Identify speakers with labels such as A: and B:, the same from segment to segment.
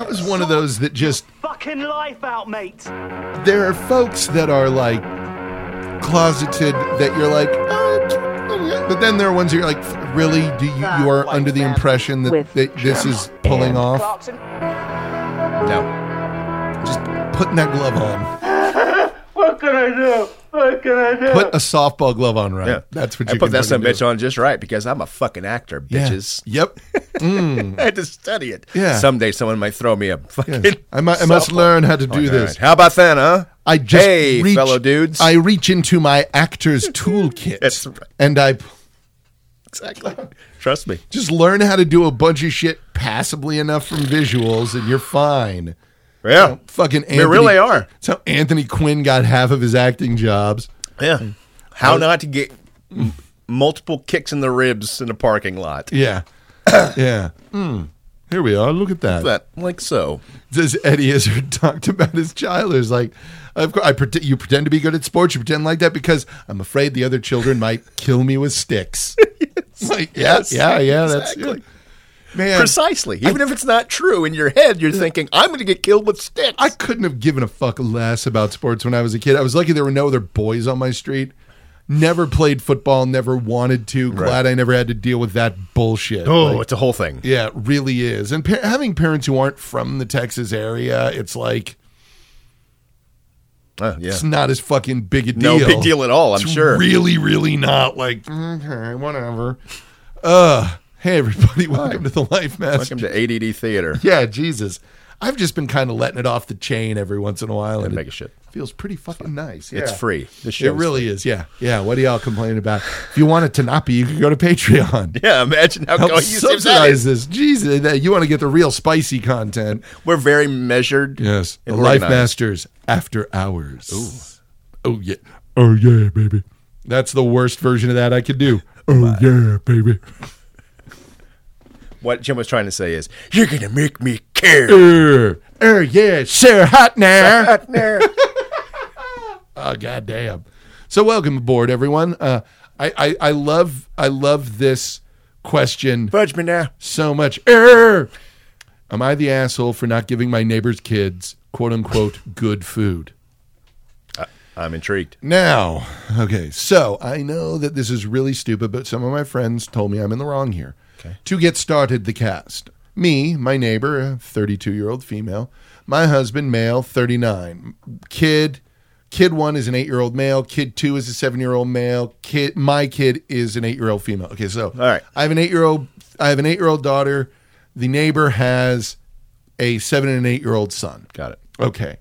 A: that was one of those that just
B: Fucking life out, mate.
A: there are folks that are like closeted that you're like, "Oh, it's- oh, yeah." but then there are ones that you're like, really? Do you you are under the impression that,
C: with
A: that this is pulling off?
B: Clarkson.
A: No, just putting that glove on.
D: What can I do? What can I do?
A: Put a softball glove on, right? That's what you
E: I put
A: can
E: that
A: fucking
E: son of a bitch
A: do.
E: on just right because I'm a fucking actor,
A: Yeah.
E: bitches.
A: Yep.
E: I had to study it.
A: Yeah.
E: Someday someone might throw me a fucking.
A: Yes. I, mu- I must
E: softball. Oh
A: learn how to
E: All
A: do
E: right.
A: this.
E: How about that, huh?
A: I just
E: hey,
A: reach,
E: fellow dudes.
A: I reach into my actor's toolkit
E: That's right.
A: and I p-
E: exactly. Trust me.
A: just learn how to do a bunch of shit passably enough from visuals, and you're fine.
E: Yeah.
A: Fucking
E: They
A: Anthony,
E: really are.
A: That's how Anthony Quinn got half of his acting jobs. mm.
E: Yeah. How not to get m- multiple kicks in the ribs in a parking lot.
A: Yeah, yeah. Hmm. Here we are. Look at that.
E: That like so.
A: Says Eddie Izzard talked about his child. Is like, of course, I pretend you pretend to be good at sports. You pretend like that because I'm afraid the other children might kill me with sticks. Like, yeah, yeah, yeah.
E: exactly.
A: That's yeah. man.
E: Precisely. Even if it's not true in your head, you're thinking, I'm going to get killed with sticks.
A: I couldn't have given a fuck less about sports when I was a kid. I was lucky there were no other boys on my street. Never played football, never wanted to. Glad I never had to deal with that bullshit.
E: oh,
A: Like,
E: it's a whole thing.
A: yeah, it really is. And pa- having parents who aren't from the Texas area, it's like
E: Uh, yeah.
A: it's not as fucking big a deal.
E: No big deal at all, I'm
A: It's
E: sure.
A: Really, really not. Like, okay, whatever. Uh, hey everybody, welcome to the Life Master.
E: Welcome to ADD Theater.
A: yeah, Jesus. I've just been kind of letting it off the chain every once in a while, and
E: Make
A: it
E: a shit.
A: feels pretty fucking nice.
E: It's
A: yeah.
E: free. The
A: It
E: show
A: really is. Yeah. Yeah. What are y'all complaining about? If you want it to not be, you can go to Patreon.
E: Yeah, imagine how
A: Help
E: going that
A: subsidize this.
E: is.
A: Jesus, that- you want to get the real spicy content.
E: We're very measured.
A: Yes.
E: and
A: The Life
E: organized.
A: Masters After Hours. Ooh. Oh, yeah. Oh, yeah, baby. That's the worst version of that I could do. Oh, yeah, baby.
E: What Jim was trying to say is, you're going to make me care.
A: Er, er, yeah. Sarah Hotner. Oh goddamn! So welcome aboard, everyone. Uh, I, I I love I love this question
E: Fudge me now.
A: so much. Err! Am I the asshole for not giving my neighbor's kids quote unquote good food?
E: I'm intrigued.
A: Now, okay, so I know that this is really stupid, but some of my friends told me I'm in the wrong here. Okay. To get started, the cast. Me, my neighbor, a 32 year old female. My husband, male, 39. Kid, kid one is an eight year old male. Kid two is a seven year old male. Kid, my kid is an eight year old female. Okay, so all
E: right.
A: I have an eight year old. I have an eight year old daughter. The neighbor has a seven and eight year old son.
E: Got it.
A: Okay.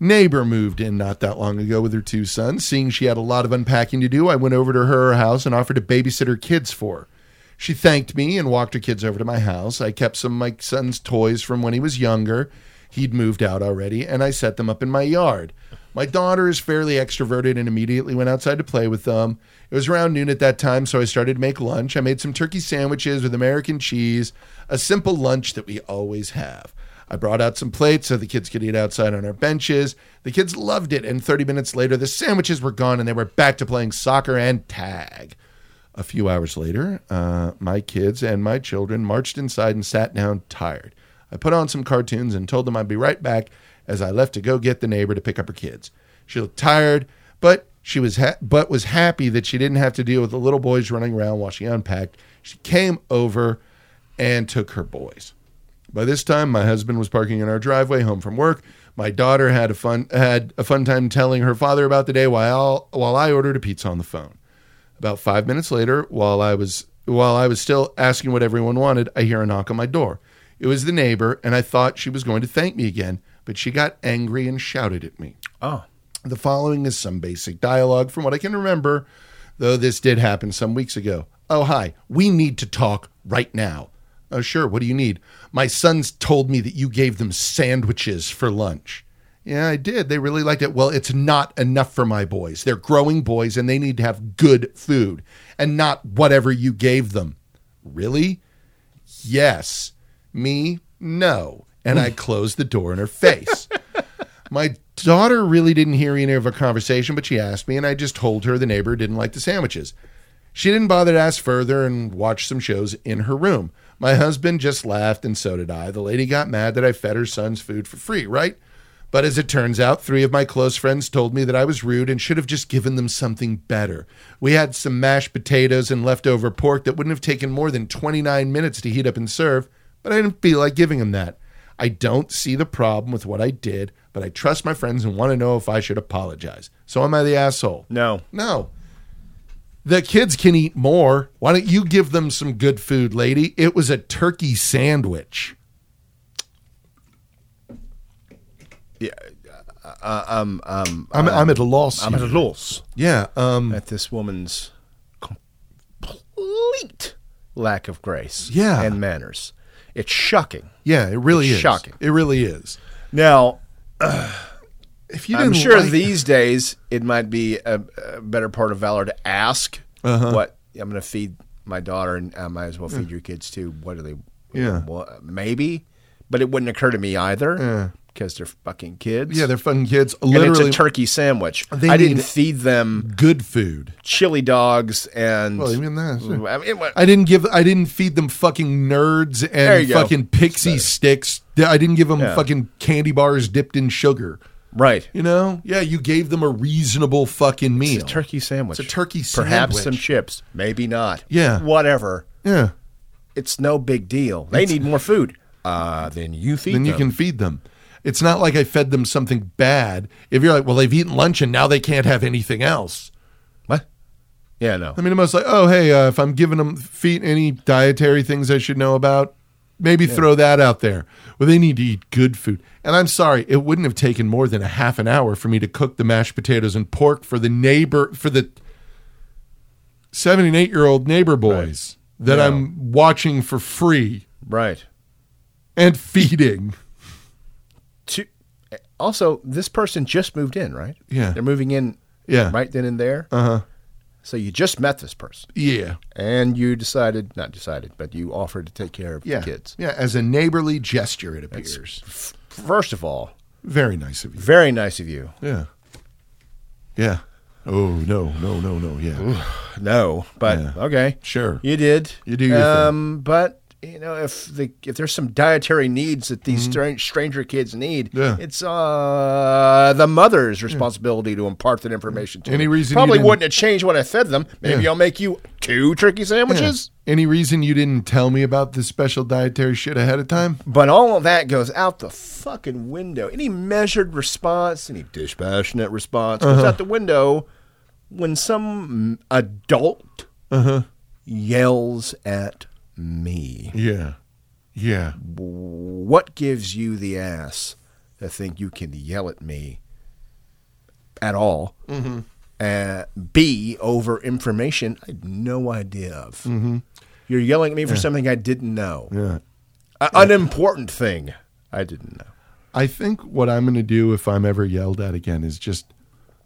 A: Neighbor moved in not that long ago with her two sons. Seeing she had a lot of unpacking to do, I went over to her house and offered to babysit her kids for her. She thanked me and walked her kids over to my house. I kept some of my son's toys from when he was younger. He'd moved out already, and I set them up in my yard. My daughter is fairly extroverted and immediately went outside to play with them. It was around noon at that time, so I started to make lunch. I made some turkey sandwiches with American cheese, a simple lunch that we always have. I brought out some plates so the kids could eat outside on our benches. The kids loved it, and 30 minutes later, the sandwiches were gone and they were back to playing soccer and tag. A few hours later, uh, my kids and my children marched inside and sat down tired. I put on some cartoons and told them I'd be right back as I left to go get the neighbor to pick up her kids. She looked tired, but she was ha- but was happy that she didn't have to deal with the little boys running around while she unpacked. She came over and took her boys. By this time, my husband was parking in our driveway home from work. My daughter had a fun had a fun time telling her father about the day while while I ordered a pizza on the phone. About five minutes later, while I was while I was still asking what everyone wanted, I hear a knock on my door. It was the neighbor, and I thought she was going to thank me again, but she got angry and shouted at me.
E: Oh.
A: The following is some basic dialogue from what I can remember, though this did happen some weeks ago. Oh, hi. We need to talk right now. Oh, sure. What do you need? My sons told me that you gave them sandwiches for lunch. Yeah, I did. They really liked it. Well, it's not enough for my boys. They're growing boys and they need to have good food and not whatever you gave them. Really? Yes. Me? No. And I closed the door in her face. My daughter really didn't hear any of our conversation, but she asked me, and I just told her the neighbor didn't like the sandwiches. She didn't bother to ask further and watched some shows in her room. My husband just laughed, and so did I. The lady got mad that I fed her son's food for free, right? But as it turns out, three of my close friends told me that I was rude and should have just given them something better. We had some mashed potatoes and leftover pork that wouldn't have taken more than 29 minutes to heat up and serve, but I didn't feel like giving them that. I don't see the problem with what I did, but I trust my friends and want to know if I should apologize. So am I the asshole?
E: No.
A: No. The kids can eat more. Why don't you give them some good food, lady? It was a turkey sandwich.
E: uh,
A: I'm, I'm at a loss.
E: um, I'm at
A: here.
E: a loss
A: yeah. Um,
E: at this woman's complete lack of grace
A: Yeah.
E: and manners. It's shocking.
A: yeah, it really
E: It's
A: is.
E: shocking.
A: It really is.
E: Now,
A: If you
E: I'm
A: didn't
E: sure
A: like-
E: these days it might be a, a better part of valor to ask
A: Uh-huh.
E: what I'm going to feed my daughter, and I might as well feed your kids too. What do they?
A: Yeah.
E: what- maybe, but it wouldn't occur to me either because they're fucking kids.
A: Yeah, they're fucking kids.
E: and
A: Literally
E: it's a turkey sandwich.
A: They
E: I didn't
A: need-
E: feed them
A: good food. Mm-hmm.
E: chili dogs and.
A: Well, even that, sure.
E: I mean, what-
A: I didn't give. I didn't feed them fucking nerds
E: There
A: and
E: you go.
A: fucking pixie sticks. I didn't give them
E: Yeah.
A: fucking candy bars dipped in sugar.
E: right.
A: You know? Yeah, you gave them a reasonable fucking meal.
E: It's a turkey sandwich.
A: It's a turkey
E: Perhaps
A: sandwich.
E: some chips. Maybe not.
A: Yeah.
E: Whatever.
A: Yeah.
E: It's no big deal. They need more food. Uh, then you feed
A: Then
E: them.
A: you can feed them. It's not like I fed them something bad. If you're like, well, they've eaten lunch and now they can't have anything else.
E: What? Yeah, no.
A: I mean, I'm almost like, oh, hey, uh, if I'm giving them feet any dietary things I should know about, maybe throw that out there. Well, they need to eat good food. And I'm sorry, it wouldn't have taken more than a half an hour for me to cook the mashed potatoes and pork for the neighbor, for the seven and eight year old neighbor boys that
E: Yeah.
A: I'm watching for free
E: Right.
A: and feeding.
E: Two, also, this person just moved in, right?
A: Yeah.
E: They're moving in
A: Yeah.
E: right then and there.
A: Uh huh.
E: So you just met this person
A: Yeah.
E: and you decided, not decided, but you offered to take care of
A: Yeah.
E: the kids.
A: Yeah. As a neighborly gesture, it appears.
E: First of all,
A: Very nice of you.
E: very nice of you.
A: Yeah. Yeah. Oh no no no no yeah.
E: No, but
A: Yeah.
E: okay.
A: Sure.
E: You did.
A: You do your thing.
E: um, But, you know, if the if there's some dietary needs that these stra- stranger kids need,
A: Mm-hmm. Yeah.
E: it's uh, the mother's responsibility to impart that information to
A: Any
E: them.
A: reason you
E: Probably
A: didn't-
E: wouldn't have changed what I fed them. Maybe
A: Yeah.
E: I'll make you two turkey sandwiches.
A: Any reason you didn't tell me about this special dietary shit ahead of time?
E: But all of that goes out the fucking window. Any measured response, any dispassionate response
A: Uh-huh.
E: goes out the window when some adult
A: Uh-huh.
E: yells at me.
A: Yeah. Yeah.
E: What gives you the ass to think you can yell at me at all? Mm-hmm. Uh, B, over information I had no idea of. You're yelling at me for something I didn't know.
A: Yeah.
E: An unimportant thing I didn't know.
A: I think what I'm going to do if I'm ever yelled at again is just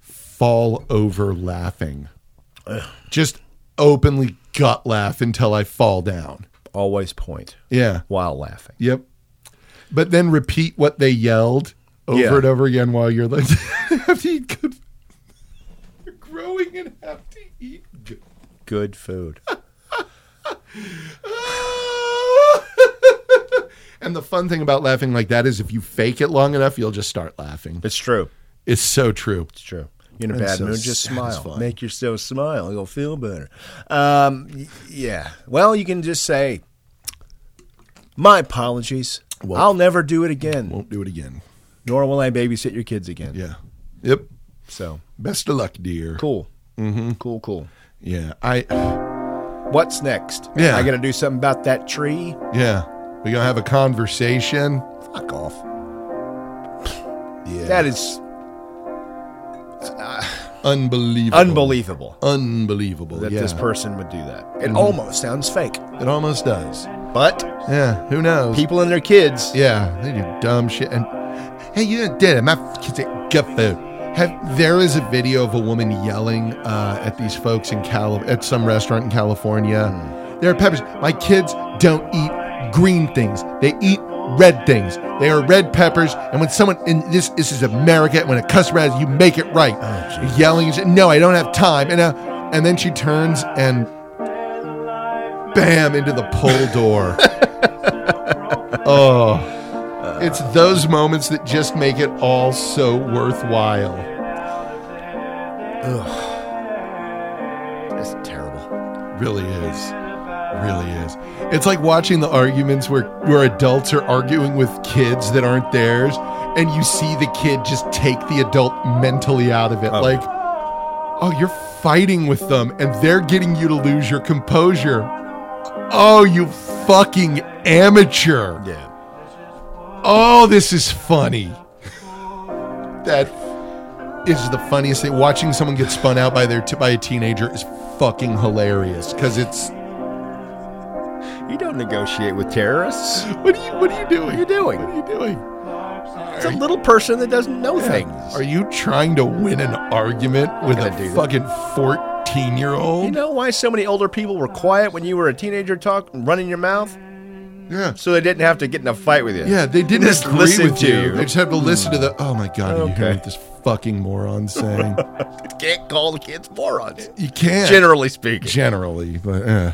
A: fall over laughing. Just openly gut laugh until I fall down.
E: always point
A: Yeah.
E: while laughing.
A: Yep. But then repeat what they yelled over
E: Yeah.
A: and over again while you're like, have to eat good. You're growing and have to eat good.
E: Good food.
A: and the fun thing about laughing like that is if you fake it long enough, you'll just start laughing.
E: It's true.
A: It's so true.
E: It's true. You're in a
A: That's
E: bad
A: so
E: mood. Just smile.
A: satisfying.
E: Make yourself smile. You'll feel better. Um, y- yeah. Well, you can just say, "My apologies. I'll never do it again.
A: Won't do it again.
E: Nor will I babysit your kids again."
A: Yeah. Yep.
E: So
A: Best of luck, dear.
E: cool. Mm-hmm. Cool. Cool.
A: Yeah. I.
E: What's next?
A: Yeah.
E: I got to do something about that tree.
A: Yeah. We gonna have a conversation.
E: Fuck off.
A: Yeah.
E: That is
A: unbelievable.
E: unbelievable
A: Unbelievable.
E: that
A: yeah.
E: this person would do that. It almost sounds fake,
A: It almost does.
E: but
A: Yeah. Who knows?
E: people and their kids.
A: Yeah, they do dumb shit. And hey, you didn't did it. My kids ate gut food. Have, there is a video of a woman yelling uh, at these folks in Cali- at some restaurant in California. There are peppers. My kids don't eat green things. They eat red things. They are red peppers. And when someone in this this is America, when a customer has you make it right. yelling, no, I don't have time. And uh, and then she turns and bam into the pull door. oh. It's those moments that just make it all so worthwhile.
E: That's terrible.
A: Really is. Really is. It's like watching the arguments where, where adults are arguing with kids that aren't theirs, and you see the kid just take the adult mentally out of it. Like, oh, you're fighting with them, and they're getting you to lose your composure. Oh, you fucking amateur.
E: Yeah.
A: Oh, this is funny. that is the funniest thing. Watching someone get spun out by their t- by a teenager is fucking hilarious because it's
E: You don't negotiate with terrorists.
A: what are you what are you doing? What
E: are you doing?
A: What are you doing?
E: It's a little person that doesn't know things.
A: Are you trying to win an argument with
E: gonna do
A: a
E: that.
A: fucking fourteen year
E: You
A: old?
E: know why so many older people were quiet when you were a teenager talk running your mouth?
A: Yeah.
E: So they didn't have to get in a fight with you.
A: Yeah, they didn't
E: Just
A: agree
E: listen
A: with
E: to
A: you.
E: you. Hmm.
A: They just had to listen to the oh my god, are you
E: Okay.
A: hearing what this fucking moron's saying?
E: Can't call the kids morons.
A: you can't
E: Generally speaking.
A: generally, but uh,